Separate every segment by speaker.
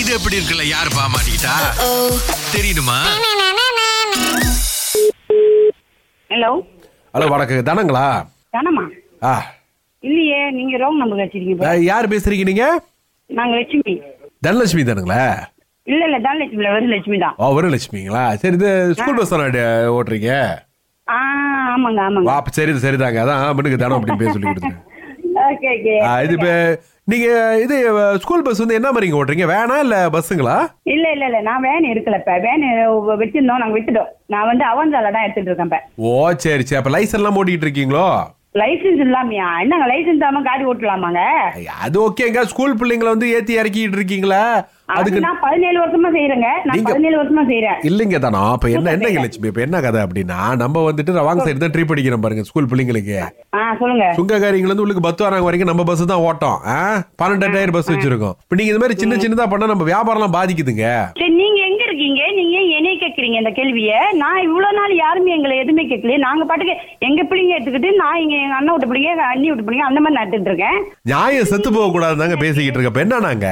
Speaker 1: இது எப்படி இருக்குல்ல யாரு பாமாட்டா தெரியுமா
Speaker 2: ஹலோ
Speaker 3: ஹலோ வணக்கம் தானங்களா
Speaker 2: தானம்மா
Speaker 3: ஆ
Speaker 2: இல்லையே நீங்க ராங் நம்பர் வச்சிருக்கீங்க போல.
Speaker 3: அஹ், யார் பேசுறீங்க நீங்க
Speaker 2: நாங்க லட்சுமி
Speaker 3: தனலட்சுமி தானுங்களா
Speaker 2: இல்ல இல்ல தான் லட்சுமி இல்ல வெறும் லட்சுமி தான்
Speaker 3: ஓ வரும் லட்சுமிங்களா சரி இது ஸ்கூல் பஸ் தானே ஓட்டுறீங்க
Speaker 2: ஆ ஆமாங்க ஆமாங்க
Speaker 3: வா அப்ப சரி சரிதாங்க அதான் பெண்ணுக்கு தானம் அப்படின்னு பேர் சொல்லி கொடுத்துருங்க
Speaker 2: ஓகே ஓகே
Speaker 3: ஆ, இது இப்ப நீங்க இது ஸ்கூல் பஸ் வந்து என்ன மாதிரிங்க ஓட்டுறீங்க வேனா இல்ல பஸ்ஸுங்களா
Speaker 2: இல்ல இல்ல இல்ல நான் வேன் இருக்கல இப்ப வேன் வச்சிருந்தோம் நாங்க வித்துட்டோம் நான் வந்து அவன்சால தான் எடுத்துட்டு இருக்கேன் இப்ப
Speaker 3: ஓ சரி சரி அப்ப லைசன் எல்லாம் ஓட்டிட்டு இருக்கீங்களோ
Speaker 2: லைசன்ஸ் இல்லாமையா என்னங்க லைசன்ஸ் இல்லாம காடி ஓட்டலாமாங்க
Speaker 3: ஐய, அது ஓகேங்க ஸ்கூல் பிள்ளைங்களை வந்து ஏத்தி இறக்கிட்டு இருக்கீங்களா அதுக்கு
Speaker 2: அதுக்கு நான் பதினேழு வருஷமா செய்யறேங்க நான்
Speaker 3: நீங்க-
Speaker 2: பதினேழு வருஷமா செய்யறேன்
Speaker 3: இல்லைங்க தானா அப்ப என்ன என்ன லட்சுமி இப்ப என்ன கதை அப்படின்னா நம்ம வந்துட்டு ரவாங் சைடு தான் ட்ரீப் அடிக்கிறோம் பாருங்க ஸ்கூல் பிள்ளைங்களுக்கு
Speaker 2: ஆ சொல்லுங்க
Speaker 3: சுங்கக்காரிங்கள இருந்து உள்ளுக்கு பத்து வராங்க வரைக்கும் நம்ம பஸ் தான் ஓட்டம் ஆ? பன்னெண்டு டயர் பஸ் வச்சிருக்கோம் இப்ப நீங்க இந்த மாதிரி சின்ன சின்னதா பண்ணா நம்ம வியாபாரம்லாம் பாதிக்குதுங்க
Speaker 2: சரி நீங்க எங்க இருக்கீங்க நீங்க ஏன் என்னைய கேக்குறீங்க இந்த கேள்விய நான் இவ்வளவு நாள் யாருமே எங்களை எதுவுமே கேட்கல நாங்க பாட்டுக்கு எங்க பிள்ளைங்க எடுத்துக்கிட்டு நான் இங்க எங்க அண்ணன் விட்டு பிள்ளைங்க எங்க அண்ணி விட்டு பிள்ளைங்க அந்த மாதிரி நான் எடுத்துட்டு இருக்கேன்
Speaker 3: நியாயம் செத்து போக கூடாதுதாங்க பேசிக்கிட்டு இருக்க இப்ப என்னன்னாங்க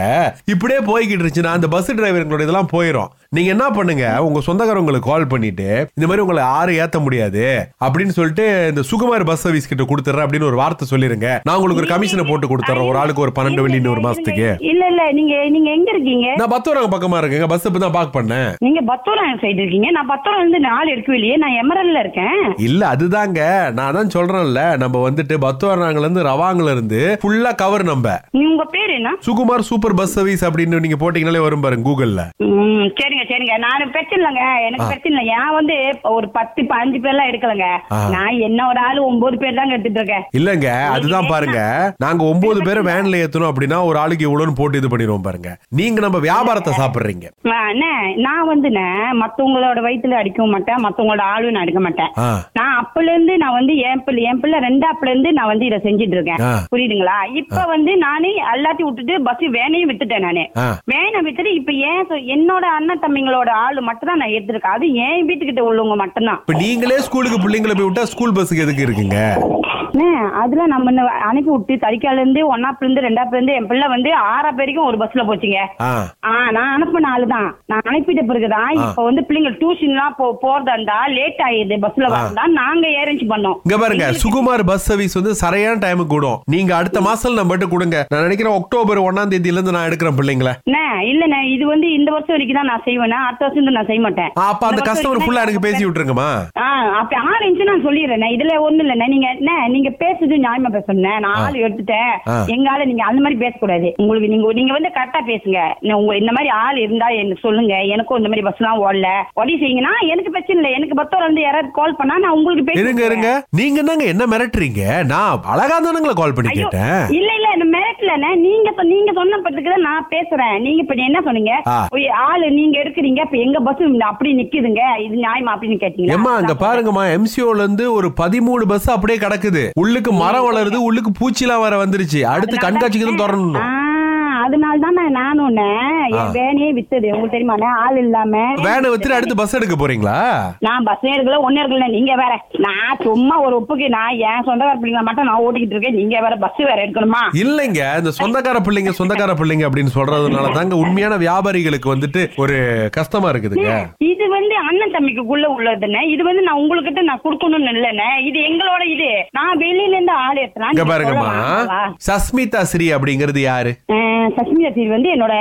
Speaker 3: இப்படியே போய்கிட்டு இருந்துச்சுன்னா அந்த பஸ் டிரைவருங்களோட இதெல்லாம் போயிடும் நீங்க என்ன பண்ணுங்க உங்க சொந்தக்காரங்களுக்கு கால் பண்ணிட்டு இந்த மாதிரி உங்களை யாரும் ஏத்த முடியாது அப்படின்னு சொல்லிட்டு இந்த சுகுமார் பஸ் சர்வீஸ் கிட்ட கொடுத்துறேன் அப்படின்னு ஒரு வார்த்தை சொல்லிருங்க நான் உங்களுக்கு ஒரு கமிஷனை போட்டு கொடுத்துறேன் ஒரு ஆளுக்கு ஒரு பன்னெண்டு வெள்ளி ஒரு மாசத்துக்கு
Speaker 2: இல்ல இல்ல நீங்க நீங்க எங்க இருக்கீங்க
Speaker 3: நான் பத்தோரங்க பக்கமா இருக்கேங்க பஸ் இப்போ தான் பார்க் பண்ணேன்
Speaker 2: நீங்க பத்தோரம் சைடு இருக்கீங்க நான் பத்தோரம் இருந்து நாள் எடுக்கவே இல்லையே நான் எமரல்ல இருக்கேன்
Speaker 3: இல்ல அதுதாங்க நான் தான் சொல்றேன்ல நம்ம வந்துட்டு பத்துவரனாங்கல இருந்து ரவாங்கல இருந்து ஃபுல்லா கவர் நம்ம
Speaker 2: நீ- உங்க பேர் என்ன
Speaker 3: சுகுமார் சூப்பர் பஸ் சர்வீஸ் அப்படின்னு நீங்க போட்டீங்கனாலே வரும் பாருங்க கூகுள்ல
Speaker 2: ம், சரிங்க சரிங்க நான் பிரச்சனை இல்லைங்க எனக்கு பிரச்சனை இல்லை நான் வந்து ஒரு பத்து ப- அஞ்சு பேர்லாம் எடுக்கலங்க நான் என்ன ஒரு ஆளு ஒன்பது பேர் தாங்க எடுத்துட்டு இருக்கேன்
Speaker 3: இல்லங்க அதுதான் பாருங்க நாங்க ஒன்பது பேரை வேன்ல ஏத்தணும் அப்படின்னா ஒரு ஆளுக்கு இவ்வளவுன்னு போட்டு இது பண்ணிடுவோம் பாருங்க நீங்க நம்ம வியாபாரத்தை சாப்பிடுறீங்க
Speaker 2: ஆ, அண்ணே, நான் வந்துண்ணே மத்தவங்களோட வயித்துல அடிக்கவும் மாட்டேன் மத்தவங்களோட ஆளும் நான் அடிக்க மாட்டேன்
Speaker 3: ஆ.
Speaker 2: நான் அப்பல இருந்து நான் வந்து என் பிள்ளை என் பிள்ளை ரெண்டு அப்பல இருந்து நான் வந்து இதை செஞ்சுட்டு இருக்கேன்
Speaker 3: ஆ.
Speaker 2: புரியுதுங்களா இப்ப வந்து நானே எல்லாத்தையும் விட்டுட்டு பஸ் வேனையும் வித்துட்டேன் நானு
Speaker 3: ஆ.
Speaker 2: வேனை வித்துட்டு இப்ப ஏன் சொ- என்னோட அண்ணன் தம்பிங்களோட ஆளு மட்டும் தான் நான் எடுத்திருக்கேன் அது என் வீட்டுக்கிட்ட உள்ளவங்க மட்டும்தான்
Speaker 3: இப்ப நீங்களே ஸ்கூலுக்கு பிள்ளைங்களை போய் விட்டா ஸ்கூல் பஸ்ஸுக்கு எதுக்கு இருக்குங்க
Speaker 2: அண்ணே, அதெல்லாம் நம்ம இன்னும் அனுப்பி விட்டு தறிக்கால இருந்து ஒன்னாப்புல இருந்து ரெண்டாப்புல இருந்து என் பிள்ளை வந்து ஆறா பேருக்கும் ஒரு பஸ்ல போச்சுங்க
Speaker 3: ஆ
Speaker 2: ஆ நான் அனுப்பின ஆளு தான் நான் அனுப்பிட்ட பிறகுதான் இப்ப வந்து பிள்ளைங்க டியூஷன் எல்லாம் போ போறதா இருந்தா லேட் ஆயிடுது பஸ்ல வரதா நாங்க அரேஞ்ச் பண்ணோம்
Speaker 3: இங்க பாருங்க சுகுமார் பஸ் சர்வீஸ் வந்து சரியான டைமுக்கு கூடும் நீங்க அடுத்த மாசம் நம்மகிட்ட கொடுங்க நான் நினைக்கிறேன் அக்டோபர் ஒன்னாம் தேதியில இருந்து நான் எடுக்கிறேன் பிள்ளைங்களை
Speaker 2: அண்ணே, இல்லண்ணே இது வந்து இந்த வருஷம் வரைக்கும் தான் நான் செய்வேன் அடுத்த வருஷம் இருந்து நான் செய்ய மாட்டேன்
Speaker 3: ஆ, அப்ப அந்த
Speaker 2: இந்த வருஷம்
Speaker 3: கஸ்டமர்
Speaker 2: வரைக்கும்
Speaker 3: ஃபுல்லா
Speaker 2: நான்
Speaker 3: எனக்கு பேசி விட்டுருங்கம்மா
Speaker 2: ஆ அப்ப ஆள் இருந்துச்சு நான் சொல்லிடுறேன் இதுல ஒண்ணும் இல்லண்ணே நீங்க என்ன நீங்க பேசுறது நியாயமா பேசணும் நான் ஆள் எடுத்துட்டேன்
Speaker 3: ஆ.
Speaker 2: எங்க ஆளு நீங்க அந்த மாதிரி பேசக்கூடாது உங்களுக்கு நீங்க நீங்க வந்து கரெக்டா பேசுங்க நான் உங்க இந்த மாதிரி ஆள் இருந்தா எனக்கு சொல்லுங்க எனக்கும் இந்த மாதிரி பஸ் எல்லாம் ஓடல உடனே செய்யுங்கன்னா எனக்கு பிரச்சனை இல்லை எனக்கு பத்தோட வந்து யாராவது கால் பண்ணா நான் உங்களுக்கு
Speaker 3: இருங்க
Speaker 2: பேசுறேன்
Speaker 3: இருங்க நீங்க என்னங்க என்ன மிரட்டுறீங்க நான் அழகா தானுங்களா கால் பண்ணி
Speaker 2: ஐயோ,
Speaker 3: கேட்டேன்
Speaker 2: இல்ல இல்ல இந்த மிரட்டலண்ணே நீங்க இப்ப நீங்க சொன்ன பட்டுக்கு தான் நான் பேசுறேன் நீங்க இப்ப என்ன சொன்னீங்க
Speaker 3: ஆ.
Speaker 2: ஒய், ஆளு நீங்க எடுக்கிறீங்க இப்ப எங்க பஸ் அப்படி நிக்குதுங்க இது நியாயமா அப்படின்னு கேட்டீங்க
Speaker 3: ஏம்மா அங்க பாருங்கம்மா எம்சிஓல இருந்து ஒரு பதிமூணு பஸ் அப்படியே கிடக்குது உள்ளுக்கு மரம் வளருது உள்ளுக்கு பூச்சிலாம் வர வந்துருச்சு அடுத்து கண்காட்சிக்கு தான்
Speaker 2: ஆ,
Speaker 3: திறணும்
Speaker 2: அதனால தான் நான் நானும்ண்ணே என் வேனையே வித்தது உங்களுக்கு தெரியுமாண்ணே ஆள் இல்லாம
Speaker 3: வேனை வச்சுட்டு அடுத்து பஸ் எடுக்க போறீங்களா
Speaker 2: நான் பஸ் எடுக்கல ஒண்ணு எடுக்கல நீங்க வேற நான் சும்மா ஒரு ஒப்புக்கு நான் என் சொந்தக்கார பிள்ளைங்களை மட்டும் நான் ஓட்டிக்கிட்டு இருக்கேன் நீங்க வேற பஸ் வேற எடுக்கணுமா
Speaker 3: இல்லைங்க இந்த சொந்தக்கார பிள்ளைங்க சொந்தக்கார பிள்ளைங்க அப்படின்னு சொல்றதுனால தாங்க உண்மையான வியாபாரிகளுக்கு வந்துட்டு ஒரு கஷ்டமா இருக்குதுங்க
Speaker 2: இது வந்து அண்ணன் தம்பிக்குள்ள உள்ளதுண்ணே இது வந்து நான் உங்ககிட்ட நான் கொடுக்கணும்னு இல்லைண்ணே இது எங்களோட இது நான் வெளியில இருந்து ஆள் எடுத்தேன்
Speaker 3: இங்க பாருங்கம்மா சஸ்மிதா ஸ்ரீ அப்படிங்கிறது யாரு
Speaker 2: சஷ்மிதா சீர் வந்து என்னோட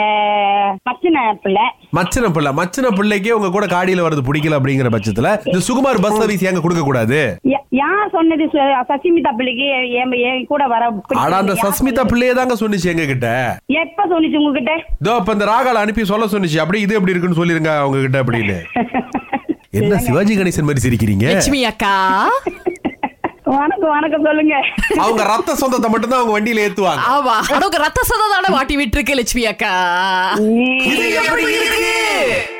Speaker 2: பச்சனை பிள்ளை
Speaker 3: மச்சன பிள்ளை மச்சன பிள்ளைக்கே உங்க கூட காடியில வரது பிடிக்கல அப்படிங்கிற பட்சத்துல இந்த சுகுமார் பஸ் சர்வீஸ் எங்க கொடுக்க கூடாது
Speaker 2: யா- யார் சொன்னது ச- சசிமிதா பிள்ளைக்கு என் என் கூட வர பிடிக்கல.
Speaker 3: ஆனா அந்த
Speaker 2: யார்
Speaker 3: சஸ்மிதா பிள்ளையே தாங்க சொன்னிச்சு எங்க கிட்ட
Speaker 2: சொன்னது? எப்ப சொன்னிச்சு உங்ககிட்ட
Speaker 3: இதோ இப்ப இந்த ராகால அனுப்பி சொல்ல சொன்னிச்சு அப்படியே இது எப்படி இருக்குன்னு சொல்லிருங்க அவங்க கிட்ட அப்படின்னு என்ன சிவாஜி கணேசன் மாதிரி சிரிக்கிறீங்க
Speaker 4: லட்சுமி அக்கா
Speaker 2: வணக்கம் வணக்கம் சொல்லுங்க
Speaker 3: அவங்க ரத்த சொந்தத்தை மட்டும் தான் அவங்க வண்டியில ஏத்துவாங்க
Speaker 4: ஆமா ஆனா உங்க ரத்த சதம் தானே வாட்டி விட்டுருக்கு லட்சுமி அக்கா
Speaker 2: நீ-
Speaker 3: இது எப்படி இருக்கு